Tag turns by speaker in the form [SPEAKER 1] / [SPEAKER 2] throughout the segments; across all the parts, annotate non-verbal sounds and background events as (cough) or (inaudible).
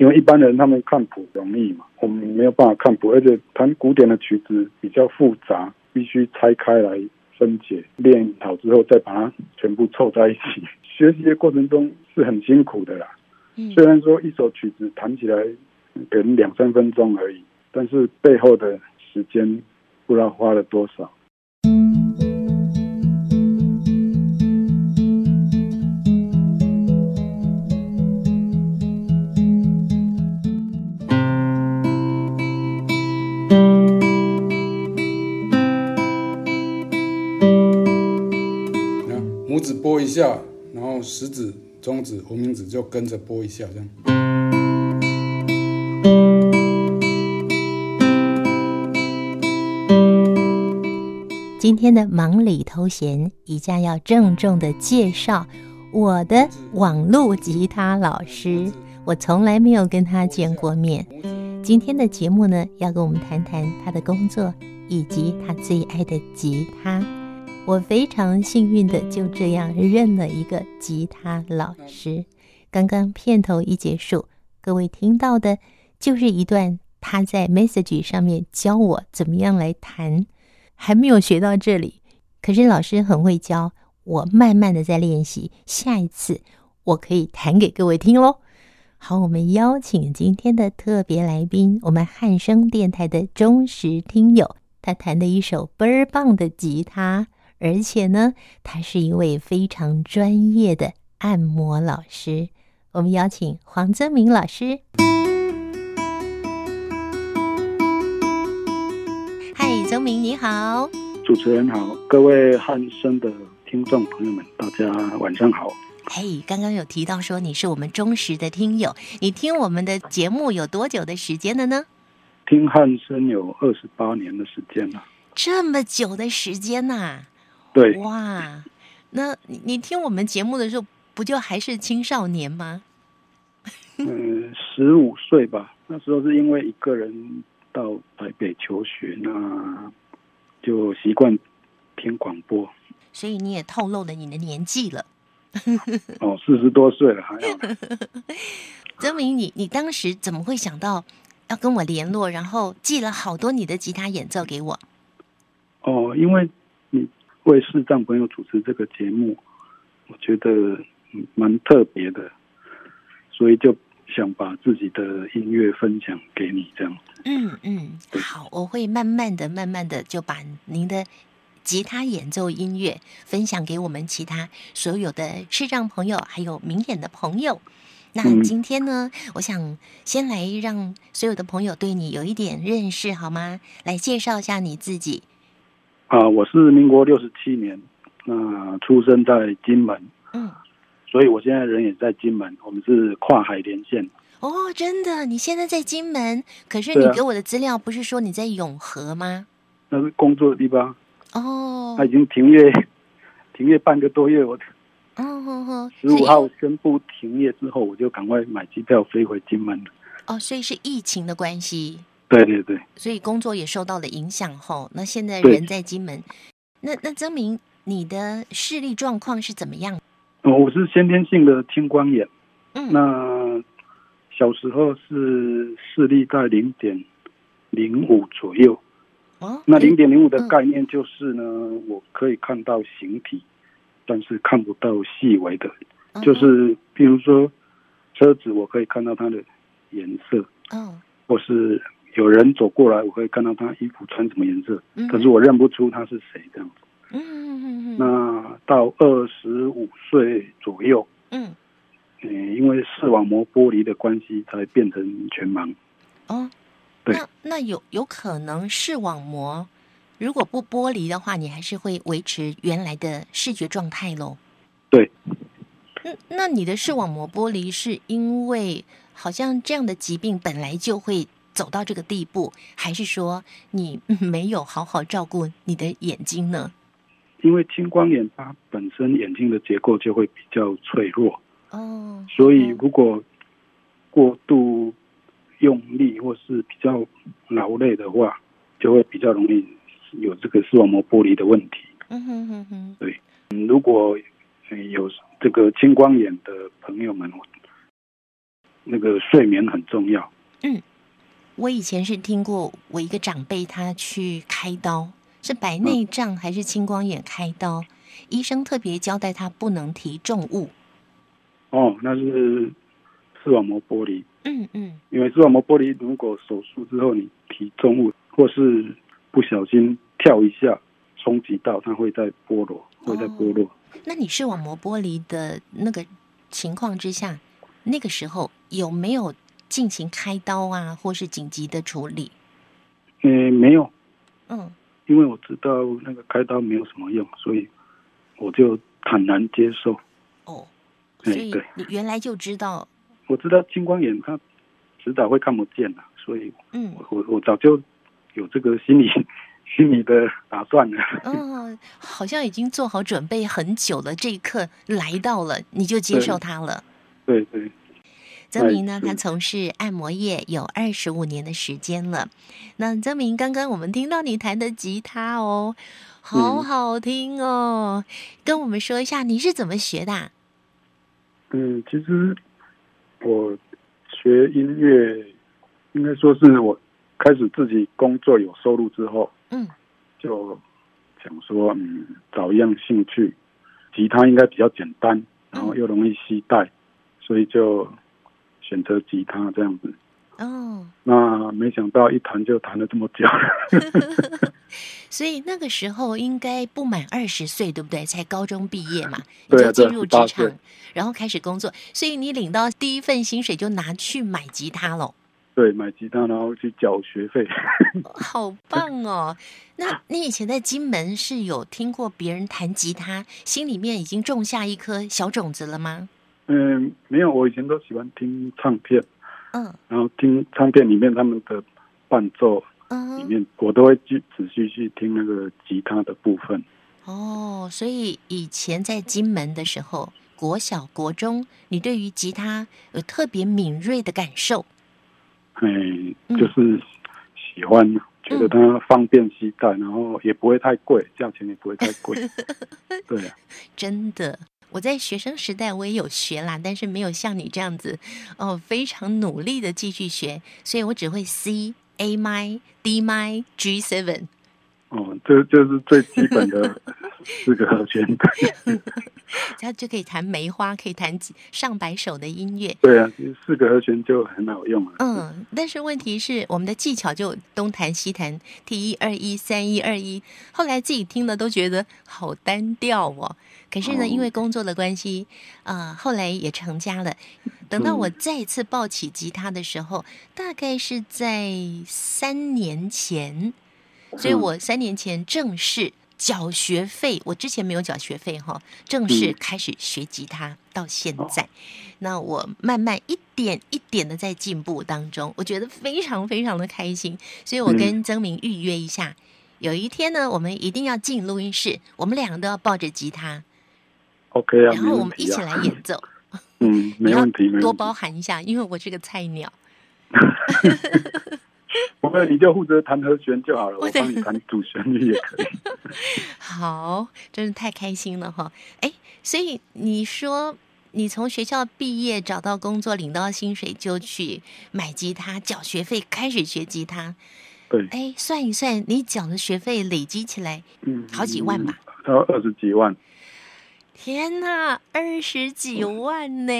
[SPEAKER 1] 因为一般人他们看谱容易嘛，我们没有办法看谱，而且弹古典的曲子比较复杂，必须拆开来分解，练好之后再把它全部凑在一起。 (laughs) 学习的过程中是很辛苦的啦。虽然说一首曲子弹起来可能两三分钟而已，但是背后的时间不知道花了多少。
[SPEAKER 2] 那拇指拨一下，然后食指、中指、无名指就跟着拨一下，这样。
[SPEAKER 3] 今天的忙里偷闲，宜家要郑重的介绍我的网络吉他老师，我从来没有跟他见过面。今天的节目呢，要跟我们谈谈他的工作以及他最爱的吉他。我非常幸运的就这样认了一个吉他老师。刚刚片头一结束，各位听到的就是一段他在 Message 上面教我怎么样来弹。还没有学到这里，可是老师很会教，我慢慢的在练习，下一次我可以弹给各位听喽。好，我们邀请今天的特别来宾，我们汉声电台的忠实听友，他弹的一首倍儿棒的吉他，而且呢，他是一位非常专业的按摩老师。我们邀请黄增明老师。嗨，增明你好。
[SPEAKER 1] 主持人好，各位汉声的听众朋友们，大家晚上好。
[SPEAKER 3] 嘿，哎刚刚有提到说你是我们忠实的听友，你听我们的节目有多久的时间了呢？
[SPEAKER 1] 听汉声有二十八年的时间了，
[SPEAKER 3] 这么久的时间呐、
[SPEAKER 1] 对，
[SPEAKER 3] 哦哇！那你你听我们节目的时候，不就还是青少年吗？
[SPEAKER 1] 嗯、十五岁吧，那时候是因为一个人到台北求学，那就习惯听广播。
[SPEAKER 3] 所以你也透露了你的年纪了。
[SPEAKER 1] 哦，四十多岁了，还好啦。
[SPEAKER 3] 曾明，你你当时怎么会想到要跟我联络，然后寄了好多你的吉他演奏给我？
[SPEAKER 1] 哦，因为你为视障朋友主持这个节目，我觉得嗯蛮特别的，所以就想把自己的音乐分享给你这样。
[SPEAKER 3] 嗯嗯，好，我会慢慢的、慢慢的就把您的吉他演奏音乐分享给我们其他所有的视障朋友，还有明眼的朋友。那
[SPEAKER 1] 嗯
[SPEAKER 3] 今天呢，我想先来让所有的朋友对你有一点认识，好吗？来介绍一下你自己。
[SPEAKER 1] 啊，我是民国六十七年，那、出生在金门，
[SPEAKER 3] 嗯，
[SPEAKER 1] 所以我现在人也在金门，我们是跨海连线。
[SPEAKER 3] 哦，真的，你现在在金门，可是
[SPEAKER 1] 对
[SPEAKER 3] 你
[SPEAKER 1] 啊
[SPEAKER 3] 给我的资料不是说你在永和吗？
[SPEAKER 1] 那是工作的地方，
[SPEAKER 3] 哦
[SPEAKER 1] 他，已经停业，停业半个多月。我
[SPEAKER 3] 哦哦哦，
[SPEAKER 1] 十
[SPEAKER 3] 是
[SPEAKER 1] 五
[SPEAKER 3] 因
[SPEAKER 1] 号宣布停业之后，我就赶快买机票飞回金门了。
[SPEAKER 3] 哦，所以是疫情的关系。
[SPEAKER 1] 对对对，
[SPEAKER 3] 所以工作也受到了影响后，那现在
[SPEAKER 1] 对
[SPEAKER 3] 人在金门，那那曾明，你的视力状况是怎么样？
[SPEAKER 1] 呃我是先天性的青光眼。
[SPEAKER 3] 嗯，
[SPEAKER 1] 那小时候是视力在零点零五左右，
[SPEAKER 3] 哦，
[SPEAKER 1] 那
[SPEAKER 3] 你
[SPEAKER 1] 零点零五的概念就是呢，我可以看到形体，但是看不到细微的，
[SPEAKER 3] 嗯
[SPEAKER 1] 就是比如说车子，我可以看到它的颜色，
[SPEAKER 3] 嗯
[SPEAKER 1] 或是有人走过来，我可以看到他衣服穿什么颜色，
[SPEAKER 3] 嗯，
[SPEAKER 1] 可是我认不出他是谁这样子。
[SPEAKER 3] 嗯嗯嗯嗯
[SPEAKER 1] 那到二十五岁左右，
[SPEAKER 3] 嗯
[SPEAKER 1] 嗯、因为视网膜剥离的关系，才变成全盲。
[SPEAKER 3] 哦，
[SPEAKER 1] 对
[SPEAKER 3] 那那有有可能视网膜如果不剥离的话，你还是会维持原来的视觉状态喽。
[SPEAKER 1] 对，
[SPEAKER 3] 嗯，那你的视网膜剥离是因为好像这样的疾病本来就会走到这个地步，还是说你嗯没有好好照顾你的眼睛呢？
[SPEAKER 1] 因为青光眼它本身眼睛的结构就会比较脆弱，
[SPEAKER 3] 哦，
[SPEAKER 1] 所以
[SPEAKER 3] 嗯
[SPEAKER 1] 如果过度用力或是比较劳累的话，就会比较容易有这个视网膜剥离的问题。
[SPEAKER 3] 嗯哼哼哼，
[SPEAKER 1] 嗯如果呃有这个青光眼的朋友们，我那个睡眠很重要。
[SPEAKER 3] 我以前是听过我一个长辈他去开刀，是白内障还是青光眼开刀，医生特别交代他不能提重物。
[SPEAKER 1] 哦，那是视网膜剥离，
[SPEAKER 3] 嗯嗯
[SPEAKER 1] 因为视网膜剥离如果手术之后你提重物或是不小心跳一下冲击到，它会在剥落，会在剥落。
[SPEAKER 3] 那你视网膜剥离的那个情况之下，那个时候有没有进行开刀啊，或是紧急的处理？
[SPEAKER 1] 嗯、没有，
[SPEAKER 3] 嗯，
[SPEAKER 1] 因为我知道那个开刀没有什么用，所以我就坦然接受。
[SPEAKER 3] 哦，
[SPEAKER 1] 哎
[SPEAKER 3] 所以
[SPEAKER 1] 对
[SPEAKER 3] 你原来就知道，
[SPEAKER 1] 我知道青光眼它迟早会看不见的，所以
[SPEAKER 3] 嗯
[SPEAKER 1] 我我我早就有这个心理 (laughs) 心理的打算了。
[SPEAKER 3] 嗯、好像已经做好准备很久了，这一刻来到了，你就接受它了。
[SPEAKER 1] 对对，
[SPEAKER 3] 曾明呢，
[SPEAKER 1] 哎是
[SPEAKER 3] 他从事按摩业有二十五年的时间了。那曾明，刚刚我们听到你弹的吉他哦，好
[SPEAKER 1] 嗯
[SPEAKER 3] 好听哦，跟我们说一下你是怎么学的啊、
[SPEAKER 1] 嗯，其实我学音乐，应该说是我开始自己工作有收入之后，
[SPEAKER 3] 嗯，
[SPEAKER 1] 就想说，嗯，找一样兴趣，吉他应该比较简单，然后又容易携带，所以就选择吉他这样子。
[SPEAKER 3] 哦，
[SPEAKER 1] 那没想到一弹就弹了 (laughs) 这么久，
[SPEAKER 3] 所以那个时候应该不满二十岁，对不对？才高中毕业嘛，你
[SPEAKER 1] 对
[SPEAKER 3] 就
[SPEAKER 1] 啊对
[SPEAKER 3] 进
[SPEAKER 1] 啊
[SPEAKER 3] 入职
[SPEAKER 1] 18岁
[SPEAKER 3] 场，然后开始工作，所以你领到第一份薪水就拿去买吉他喽，
[SPEAKER 1] 对，买吉他然后去缴学费。 (laughs)
[SPEAKER 3] 好棒哦！那你以前在金门是有听过别人弹吉他，心里面已经种下一颗小种子了吗？
[SPEAKER 1] 嗯，没有，我以前都喜欢听唱片，
[SPEAKER 3] 嗯
[SPEAKER 1] 然后听唱片里面他们的伴奏里
[SPEAKER 3] 嗯，
[SPEAKER 1] 面，我都会去仔细去听那个吉他的部分。
[SPEAKER 3] 哦，所以以前在金门的时候，国小、国中，你对于吉他有特别敏锐的感受。
[SPEAKER 1] 哎
[SPEAKER 3] 嗯，
[SPEAKER 1] 就是喜欢，觉得它方便携带，然后也不会太贵，价钱也不会太
[SPEAKER 3] (laughs)
[SPEAKER 1] 贵。对啊，
[SPEAKER 3] 真的，我在学生时代我也有学啦，但是没有像你这样子哦，非常努力的继续学，所以我只会 C、A 麦、D 麦、G seven。
[SPEAKER 1] 哦，这就是最基本
[SPEAKER 3] (laughs)
[SPEAKER 1] 的四个和弦。 (laughs)
[SPEAKER 3] 他就可以弹梅花，可以弹几上百首的音乐。
[SPEAKER 1] 对啊，其实四个和弦就很好用了。，
[SPEAKER 3] 嗯，但是问题是，我们的技巧就东弹西弹，T 一二一三一二一，后来自己听了都觉得好单调哦。可是呢，
[SPEAKER 1] 哦
[SPEAKER 3] 因为工作的关系，啊，后来也成家了。等到我再次抱起吉他的时候，大概是在三年前，所以
[SPEAKER 1] 嗯
[SPEAKER 3] 我三年前正式缴学费，我之前没有缴学费哈，正
[SPEAKER 1] 嗯
[SPEAKER 3] 式
[SPEAKER 1] 哦
[SPEAKER 3] 开始学吉他到现在，那我慢慢一点一点的在进步当中，我觉得非常非常的开心，所以
[SPEAKER 1] 嗯
[SPEAKER 3] 我跟曾明预约一下，有一天呢，我们一定要进录音室，我们两个都要抱着吉他，
[SPEAKER 1] OK 啊，
[SPEAKER 3] 然
[SPEAKER 1] 没
[SPEAKER 3] 后我
[SPEAKER 1] 问
[SPEAKER 3] 们一
[SPEAKER 1] 题
[SPEAKER 3] 起
[SPEAKER 1] 啊。
[SPEAKER 3] 来演奏。
[SPEAKER 1] 嗯，
[SPEAKER 3] 你
[SPEAKER 1] 没
[SPEAKER 3] 要
[SPEAKER 1] 问题，没
[SPEAKER 3] 多
[SPEAKER 1] 问题。
[SPEAKER 3] 包涵一下，因为我是个菜鸟。
[SPEAKER 1] 不过你就负责弹和弦就好了，
[SPEAKER 3] 我
[SPEAKER 1] 我
[SPEAKER 3] 得
[SPEAKER 1] 帮你弹主旋律也可以。
[SPEAKER 3] 好，真是太开心了哈！哎，所以你说你从学校毕业找到工作，领到薪水就去买吉他，缴学费开始学吉他。 (laughs)
[SPEAKER 1] 对，
[SPEAKER 3] 哎，算一算，你缴的学费累积起来
[SPEAKER 1] 嗯，
[SPEAKER 3] 好几万吧？
[SPEAKER 1] 要二十几万，
[SPEAKER 3] 天呐，二十几万呢！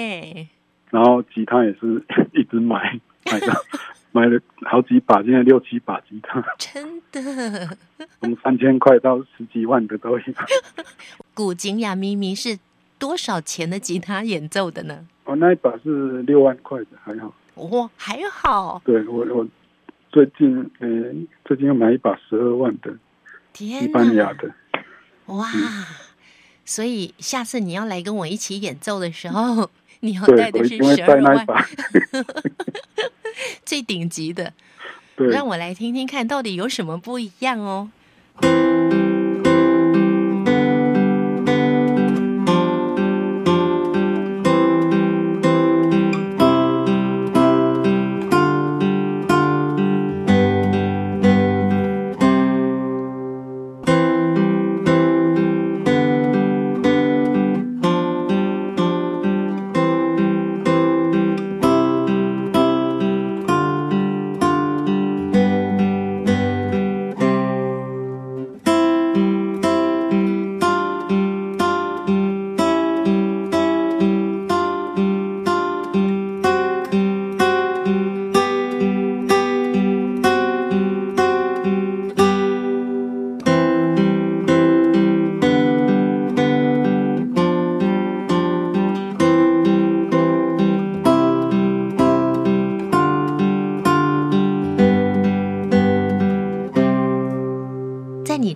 [SPEAKER 1] 然后吉他也是 (laughs) 一直买，买
[SPEAKER 3] (laughs)
[SPEAKER 1] 到买了好几把，现在六七把吉他，
[SPEAKER 3] 真的，
[SPEAKER 1] 从三千块到十几万的
[SPEAKER 3] (laughs)
[SPEAKER 1] 都有。
[SPEAKER 3] 古井雅咪咪是多少钱的吉他演奏的呢？
[SPEAKER 1] 我哦那一把是六万块的，还好。
[SPEAKER 3] 哦，还好，
[SPEAKER 1] 对我我最近呃最近要买一把十二万的西
[SPEAKER 3] 天呐！
[SPEAKER 1] 班牙的，
[SPEAKER 3] (laughs) 哇！
[SPEAKER 1] 嗯
[SPEAKER 3] 所以下次你要来跟我一起演奏的时候， (laughs) 你要带
[SPEAKER 1] 嗯对
[SPEAKER 3] 的
[SPEAKER 1] 我一
[SPEAKER 3] 是
[SPEAKER 1] 定会
[SPEAKER 3] 十
[SPEAKER 1] 带
[SPEAKER 3] 二
[SPEAKER 1] 那一
[SPEAKER 3] 万
[SPEAKER 1] 把。
[SPEAKER 3] 最顶级的， (laughs)
[SPEAKER 1] 对，
[SPEAKER 3] 让我来听听看到底有什么不一样哦。
[SPEAKER 1] 嗯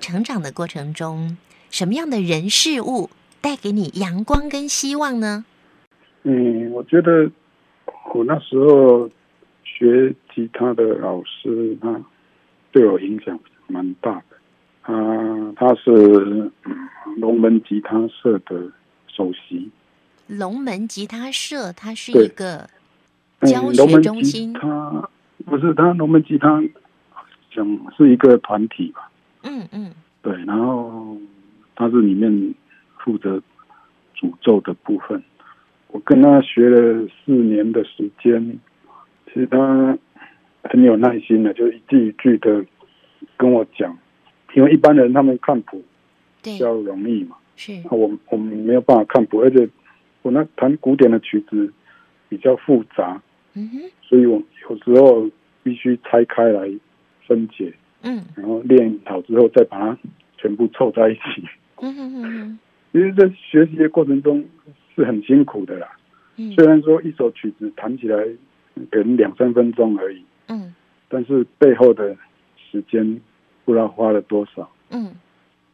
[SPEAKER 3] 成长的过程中，什么样的人事物带给你阳光跟希望呢？
[SPEAKER 1] 嗯，我觉得我那时候学吉他的老师，他对我影响蛮大的。啊，他是嗯龙门吉他社的首席，
[SPEAKER 3] 龙门吉他社它是
[SPEAKER 1] 对
[SPEAKER 3] 一个教
[SPEAKER 1] 嗯，龙
[SPEAKER 3] 学
[SPEAKER 1] 门
[SPEAKER 3] 中
[SPEAKER 1] 吉
[SPEAKER 3] 心，
[SPEAKER 1] 他不是他龙门吉他，讲是一个团体吧？
[SPEAKER 3] 嗯嗯
[SPEAKER 1] 对，然后他是里面负责诅咒的部分。我跟他学了四年的时间，其实他很有耐心的，就一句一句的跟我讲，因为一般人他们看谱比
[SPEAKER 3] 对，
[SPEAKER 1] 较容易嘛，
[SPEAKER 3] 是
[SPEAKER 1] 啊我我们没有办法看谱，而且我那弹古典的曲子比较复杂，
[SPEAKER 3] 嗯哼
[SPEAKER 1] 所以我有时候必须拆开来分解，
[SPEAKER 3] 嗯
[SPEAKER 1] 然后练好之后再把它全部凑在一起。
[SPEAKER 3] 嗯哼哼哼
[SPEAKER 1] 其实，在学习的过程中是很辛苦的啦。
[SPEAKER 3] 嗯
[SPEAKER 1] 虽然说一首曲子弹起来可能两三分钟而已，
[SPEAKER 3] 嗯
[SPEAKER 1] 但是背后的时间不知道花了多少。
[SPEAKER 3] 嗯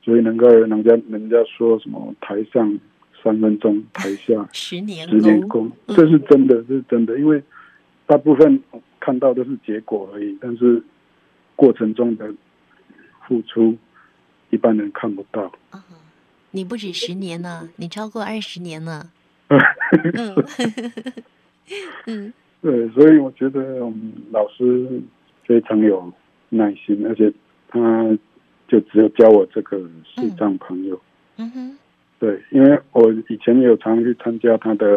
[SPEAKER 1] 所以能够人家人家说什么台上三分钟，台下
[SPEAKER 3] 十年
[SPEAKER 1] 十年
[SPEAKER 3] 功
[SPEAKER 1] 功，这是真的，这是真的。因为大部分看到都是结果而已，但是过程中的付出，一般人看不到。
[SPEAKER 3] 啊、你不止十年呢，你超过二十年了，嗯嗯
[SPEAKER 1] 对，所以我觉得我们老师非常有耐心，而且他就只有教我这个视障朋友。
[SPEAKER 3] 嗯哼
[SPEAKER 1] 对，因为我以前也有常去参加他的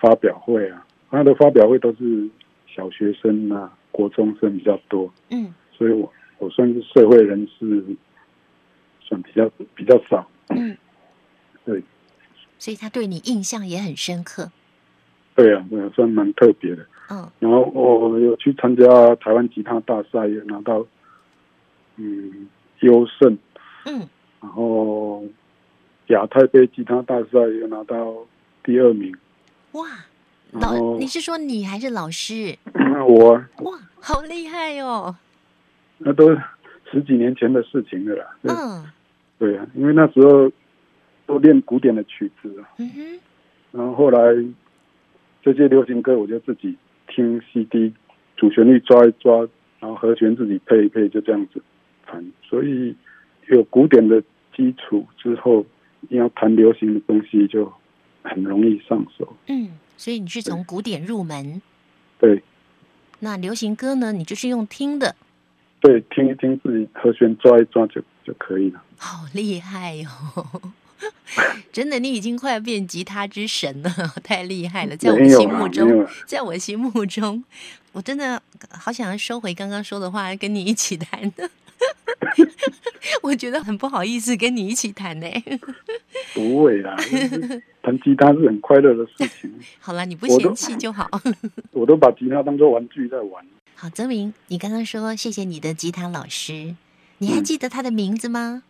[SPEAKER 1] 发表会啊，他的发表会都是小学生啊、国中生比较多，
[SPEAKER 3] 嗯
[SPEAKER 1] 所以我我算是社会人士，算比较比较少。
[SPEAKER 3] 嗯，
[SPEAKER 1] 对，
[SPEAKER 3] 所以他对你印象也很深刻，
[SPEAKER 1] 对啊，对啊算蛮特别的。
[SPEAKER 3] 嗯
[SPEAKER 1] 然后我有去参加台湾吉他大赛，也拿到嗯优胜，
[SPEAKER 3] 嗯
[SPEAKER 1] 然后亚太杯吉他大赛也拿到第二名。 (coughs)
[SPEAKER 3] 哇，
[SPEAKER 1] 然
[SPEAKER 3] 老
[SPEAKER 1] 后
[SPEAKER 3] 你是说你还是老师？
[SPEAKER 1] 我
[SPEAKER 3] 哇，好厉害哦！
[SPEAKER 1] 那都十几年前的事情了啦。 (laughs) 对
[SPEAKER 3] 嗯
[SPEAKER 1] 对啊，因为那时候都练古典的曲子啊，
[SPEAKER 3] 嗯哼
[SPEAKER 1] 然后后来这些流行歌我就自己听 CD，主旋律抓一抓，然后和弦自己配一配，就这样子弹。所以有古典的基础之后，你要弹流行的东西就很容易上手。
[SPEAKER 3] 嗯，所以你是从古典入门，
[SPEAKER 1] 对
[SPEAKER 3] 那流行歌呢，你就是用听的，
[SPEAKER 1] 对，听一听自己和弦抓一抓就就可以了。
[SPEAKER 3] 好厉害
[SPEAKER 1] (laughs)
[SPEAKER 3] 哟、真的，你已经快变吉他之神了，太厉害了！在我
[SPEAKER 1] 没
[SPEAKER 3] 们
[SPEAKER 1] 有
[SPEAKER 3] 心
[SPEAKER 1] 啦
[SPEAKER 3] 目
[SPEAKER 1] 没有
[SPEAKER 3] 中
[SPEAKER 1] 啦，
[SPEAKER 3] (laughs) 在我心目中，我真的好想要收回刚刚说的话，跟你一起弹。 (laughs) 我觉得很不好意思跟你一起弹呢。
[SPEAKER 1] 不会啦，就是弹吉他是很快乐的事情，
[SPEAKER 3] 好了，你不
[SPEAKER 1] 我都
[SPEAKER 3] 嫌弃就好。
[SPEAKER 1] 我都把吉他当做玩具在玩。
[SPEAKER 3] 好，泽明，你刚刚说谢谢你的吉他老师，你
[SPEAKER 1] 嗯
[SPEAKER 3] 还记得他的名字吗？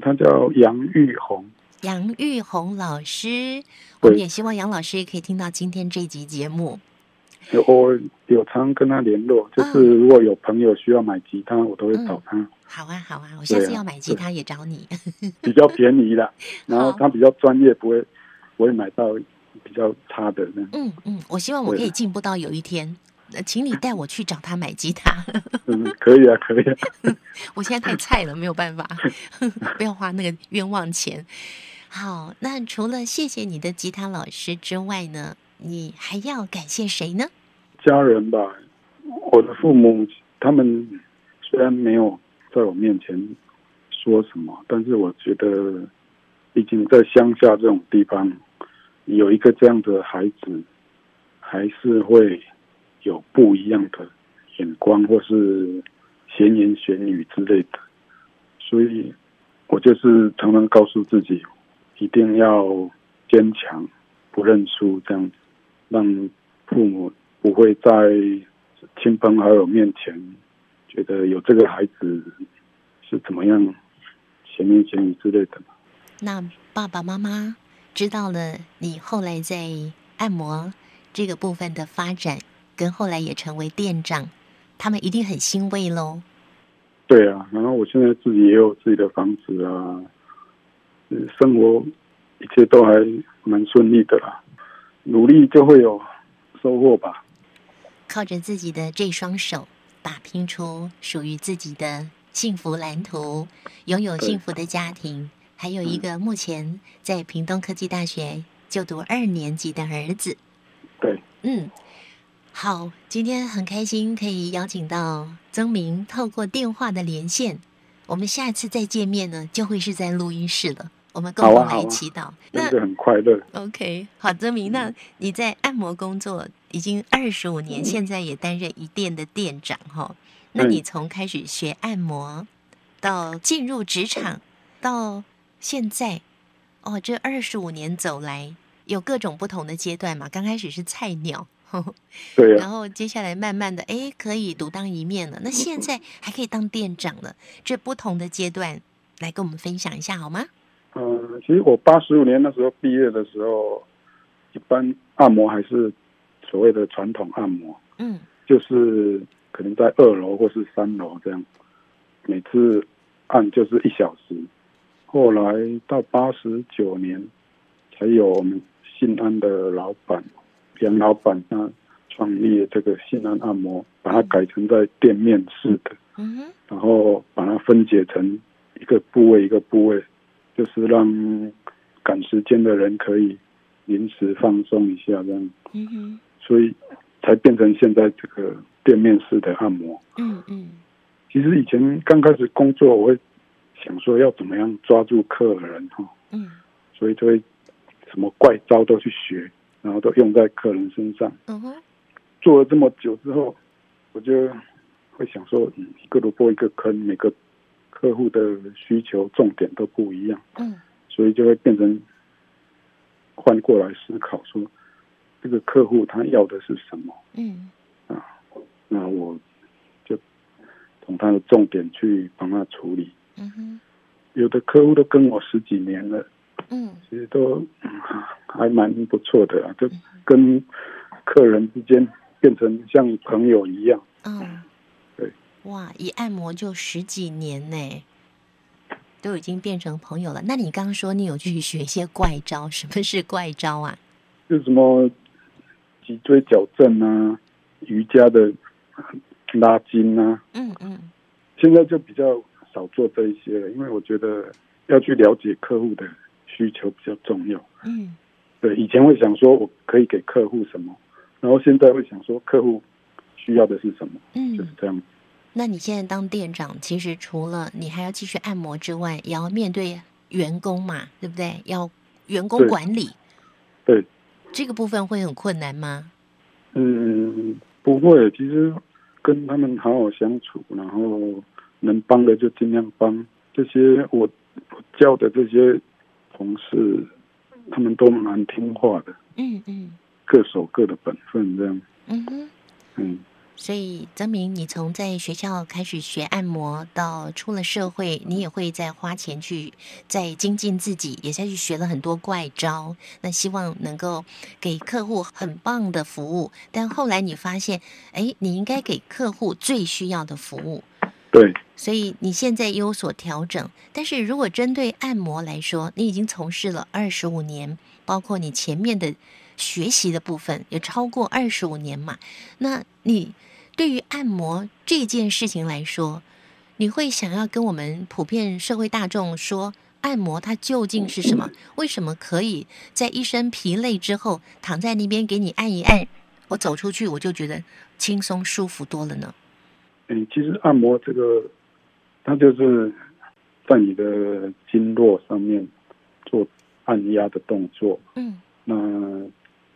[SPEAKER 1] 他叫杨玉红，
[SPEAKER 3] 杨玉红老师，我
[SPEAKER 1] 对
[SPEAKER 3] 们也希望杨老师可以听到今天这集节目。
[SPEAKER 1] 有我有常跟他联络，就是如果有朋友需要买吉他，我都会找他，
[SPEAKER 3] 好啊，好啊，我下
[SPEAKER 1] 对
[SPEAKER 3] 次
[SPEAKER 1] 啊
[SPEAKER 3] 要买吉他也找你。
[SPEAKER 1] 比较便宜啦，然后他比较专业，不会不会买到比较差的那样，
[SPEAKER 3] 嗯嗯，我希望我可
[SPEAKER 1] 对
[SPEAKER 3] 以
[SPEAKER 1] 啊
[SPEAKER 3] 进步到有一天，呃请你带我去找他买吉他。
[SPEAKER 1] 嗯，可以啊，可以啊，
[SPEAKER 3] 我现在太菜了，没有办法， (laughs) 不要花那个冤枉钱。好，那除了谢谢你的吉他老师之外呢，你还要感谢谁呢？
[SPEAKER 1] 家人吧，我的父母他们虽然没有在我面前说什么，但是我觉得，毕竟在乡下这种地方，有一个这样的孩子，还是会有不一样的眼光，或是闲言闲语之类的。所以，我就是常常告诉自己，一定要坚强，不认输，这样子让父母不会在亲朋好友面前觉得有这个孩子是怎么样闲言闲语之类的。
[SPEAKER 3] 那爸爸妈妈知道了你后来在按摩这个部分的发展，跟后来也成为店长，他们一定很欣慰喽。
[SPEAKER 1] 对啊，然后我现在自己也有自己的房子啊，嗯生活一切都还蛮顺利的啦，努力就会有收获吧。
[SPEAKER 3] 靠着自己的这双手，打拼出属于自己的幸福蓝图，拥有
[SPEAKER 1] 对
[SPEAKER 3] 幸福的家庭，还有一
[SPEAKER 1] 嗯
[SPEAKER 3] 个目前在屏东科技大学就读二年级的儿子。
[SPEAKER 1] 对，
[SPEAKER 3] 嗯，好，今天很开心可以邀请到曾明，透过电话的连线，我们下次再见面呢，就会是在录音室了。我们共
[SPEAKER 1] 好啊
[SPEAKER 3] 同
[SPEAKER 1] 好
[SPEAKER 3] 来
[SPEAKER 1] 啊
[SPEAKER 3] 祈祷。那
[SPEAKER 1] 真的很快乐。
[SPEAKER 3] OK，好，泽明，那你在按摩工作已经二十五年，现在也担任一店的店长哈。那
[SPEAKER 1] 嗯
[SPEAKER 3] 你从开始学按摩，到进入职场，到现在，哦，这二十五年走来，有各种不同的阶段嘛。刚开始是菜鸟，呵呵
[SPEAKER 1] 对啊，
[SPEAKER 3] 然后接下来慢慢的，哎，可以独当一面了。那现在还可以当店长了，这不同的阶段，来跟我们分享一下好吗？
[SPEAKER 1] 嗯、其实我八十五年那时候毕业的时候，一般按摩还是所谓的传统按摩，
[SPEAKER 3] 嗯
[SPEAKER 1] 就是可能在二楼或是三楼这样，每次按就是一小时。后来到八十九年，才有我们信安的老板杨老板他创立了这个信安按摩，把它改成在店面式的，
[SPEAKER 3] 嗯哼
[SPEAKER 1] 然后把它分解成一个部位一个部位，就是让赶时间的人可以临时放松一下这样。
[SPEAKER 3] 嗯哼
[SPEAKER 1] 所以才变成现在这个店面式的按摩。
[SPEAKER 3] 嗯嗯。
[SPEAKER 1] 其实以前刚开始工作，我会想说要怎么样抓住客人哈，
[SPEAKER 3] 嗯
[SPEAKER 1] 所以就会什么怪招都去学，然后都用在客人身上。
[SPEAKER 3] 嗯哼，
[SPEAKER 1] 做了这么久之后，我就会想说，嗯，一个萝卜一个坑，每个客户的需求重点都不一样，
[SPEAKER 3] 嗯
[SPEAKER 1] 所以就会变成换过来思考说，这个客户他要的是什么。
[SPEAKER 3] 嗯
[SPEAKER 1] 那我就从他的重点去帮他处理。
[SPEAKER 3] 嗯哼，
[SPEAKER 1] 有的客户都跟我十几年了，
[SPEAKER 3] 嗯
[SPEAKER 1] 其实都、嗯还蛮不错的啊，就跟客人之间变成像朋友一样。
[SPEAKER 3] 嗯，
[SPEAKER 1] 对，
[SPEAKER 3] 哇，一按摩就十几年呢，都已经变成朋友了。那你刚刚说你有去学一些怪招，什么是怪招啊？
[SPEAKER 1] 就什么脊椎矫正啊，瑜伽的拉筋啊，
[SPEAKER 3] 嗯嗯
[SPEAKER 1] 现在就比较少做这一些了，因为我觉得要去了解客户的需求比较重要。
[SPEAKER 3] 嗯
[SPEAKER 1] 对，以前会想说我可以给客户什么，然后现在会想说客户需要的是什么，就是
[SPEAKER 3] 嗯。
[SPEAKER 1] 这样。
[SPEAKER 3] 那你现在当店长，其实除了你还要继续按摩之外，也要面对员工嘛，对不对？要员工
[SPEAKER 1] 对
[SPEAKER 3] 管理
[SPEAKER 1] 对，
[SPEAKER 3] 这个部分会很困难吗？
[SPEAKER 1] 嗯，不会，其实跟他们好好相处，然后能帮的就尽量帮。这些我我教的这些同事，他们都蛮听话的，
[SPEAKER 3] 嗯嗯
[SPEAKER 1] 各守各的本分，这样。
[SPEAKER 3] 嗯哼。
[SPEAKER 1] 嗯，
[SPEAKER 3] 所以，曾明，你从在学校开始学按摩，到出了社会，你也会在花钱去在精进自己，也下去学了很多怪招。那希望能够给客户很棒的服务。但后来你发现，哎，你应该给客户最需要的服务，
[SPEAKER 1] 对，
[SPEAKER 3] 所以你现在有所调整。但是如果针对按摩来说，你已经从事了二十五年，包括你前面的学习的部分也超过二十五年嘛。那你对于按摩这件事情来说，你会想要跟我们普遍社会大众说，按摩它究竟是什么？为什么可以在一身疲累之后躺在那边给你按一按，我走出去我就觉得轻松舒服多了呢？
[SPEAKER 1] 嗯，其实按摩这个，它就是在你的经络上面做按压的动作。
[SPEAKER 3] 嗯
[SPEAKER 1] 那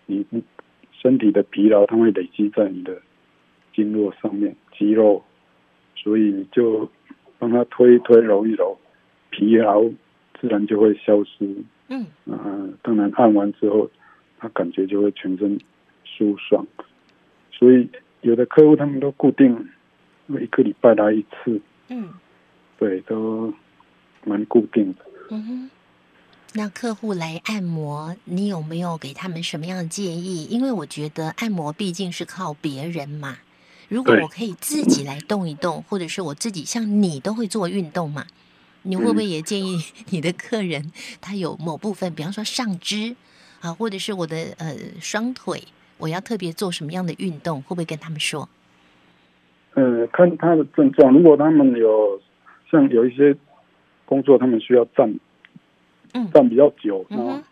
[SPEAKER 1] 你身体的疲劳，它会累积在你的经络上面、肌肉，所以你就帮它推一推、揉一揉，疲劳自然就会消失。
[SPEAKER 3] 嗯
[SPEAKER 1] 那当然按完之后，他感觉就会全身舒爽。所以有的客户他们都固定一个礼拜来一次，
[SPEAKER 3] 嗯
[SPEAKER 1] 对，都蛮固定的。
[SPEAKER 3] 嗯哼。那客户来按摩，你有没有给他们什么样的建议？因为我觉得按摩毕竟是靠别人嘛，如果
[SPEAKER 1] 对
[SPEAKER 3] 我可以自己来动一动，或者是我自己像你都会做运动嘛，你会不会也建议你的客人他有某部分，比方说上肢啊，或者是我的呃双腿，我要特别做什么样的运动，会不会跟他们说？
[SPEAKER 1] 呃，看他的症状，如果他们有像有一些工作，他们需要站
[SPEAKER 3] 嗯
[SPEAKER 1] 站比较久，然
[SPEAKER 3] 嗯
[SPEAKER 1] 后
[SPEAKER 3] 哼，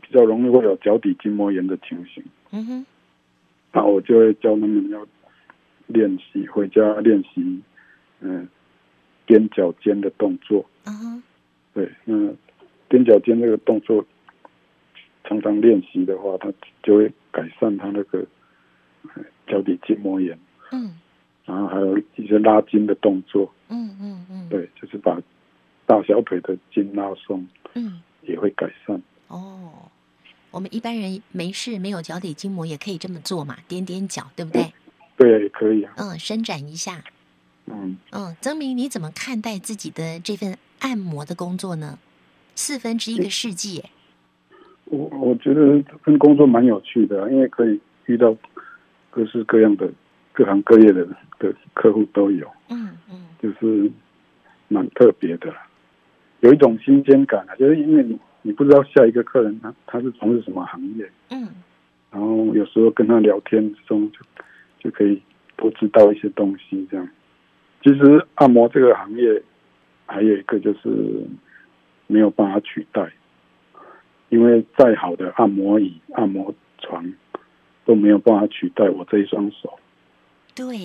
[SPEAKER 1] 比较容易会有脚底筋膜炎的情形，
[SPEAKER 3] 嗯哼，
[SPEAKER 1] 那我就会教他们要练习回家练习，嗯、踮脚尖的动作。
[SPEAKER 3] 啊哈，
[SPEAKER 1] 对，那踮脚尖这个动作常常练习的话，它就会改善他那个呃脚底筋膜炎，
[SPEAKER 3] 嗯
[SPEAKER 1] 然后还有一些拉筋的动作，
[SPEAKER 3] 嗯嗯嗯，，
[SPEAKER 1] 对，就是把大小腿的筋拉松
[SPEAKER 3] 嗯
[SPEAKER 1] 也会改善。
[SPEAKER 3] 哦。我们一般人没事没有脚底筋膜也可以这么做嘛，踮踮脚，对不对？
[SPEAKER 1] 对，也可以啊，
[SPEAKER 3] 嗯，伸展一下。
[SPEAKER 1] 嗯，
[SPEAKER 3] 嗯，曾明，你怎么看待自己的这份按摩的工作呢？四分之一个世纪耶，
[SPEAKER 1] 我我觉得这份工作蛮有趣的啊、因为可以遇到各式各样的、各行各业的的客户都有。
[SPEAKER 3] 嗯嗯
[SPEAKER 1] 就是蛮特别的啦，有一种新鲜感啊，就是因为你你不知道下一个客人他他是从事什么行业，
[SPEAKER 3] 嗯
[SPEAKER 1] 然后有时候跟他聊天之中就就可以多知道一些东西。这样，其实按摩这个行业还有一个就是没有办法取代，因为再好的按摩椅、按摩床都没有办法取代我这一双手。
[SPEAKER 3] 对，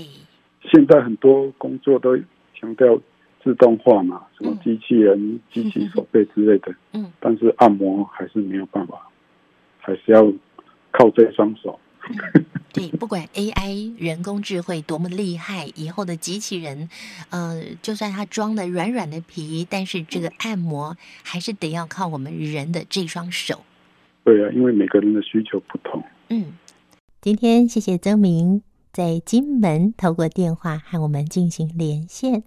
[SPEAKER 1] 现在很多工作都强调自动化嘛，什么机器人、机器手背之类的，
[SPEAKER 3] 嗯
[SPEAKER 1] 但是按摩还是没有办法，还是要靠这双手。
[SPEAKER 3] 对，不管 AI 人工智慧多么厉害，以后的机器人，呃，就算它装的软软的皮，但是这个按摩还是得要靠我们人的这双手。
[SPEAKER 1] 对啊，因为每个人的需求不同。
[SPEAKER 3] 嗯，今天谢谢曾明在金门透过电话和我们进行连线。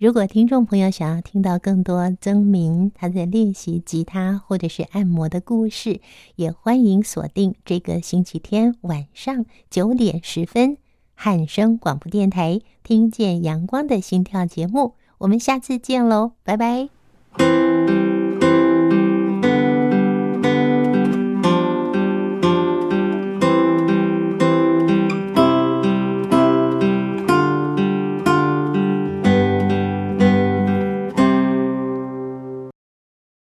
[SPEAKER 3] 如果听众朋友想要听到更多曾明他在练习吉他或者是按摩的故事，也欢迎锁定这个星期天晚上九点十分汉声广播电台《听见阳光的心跳》节目。我们下次见喽，拜拜。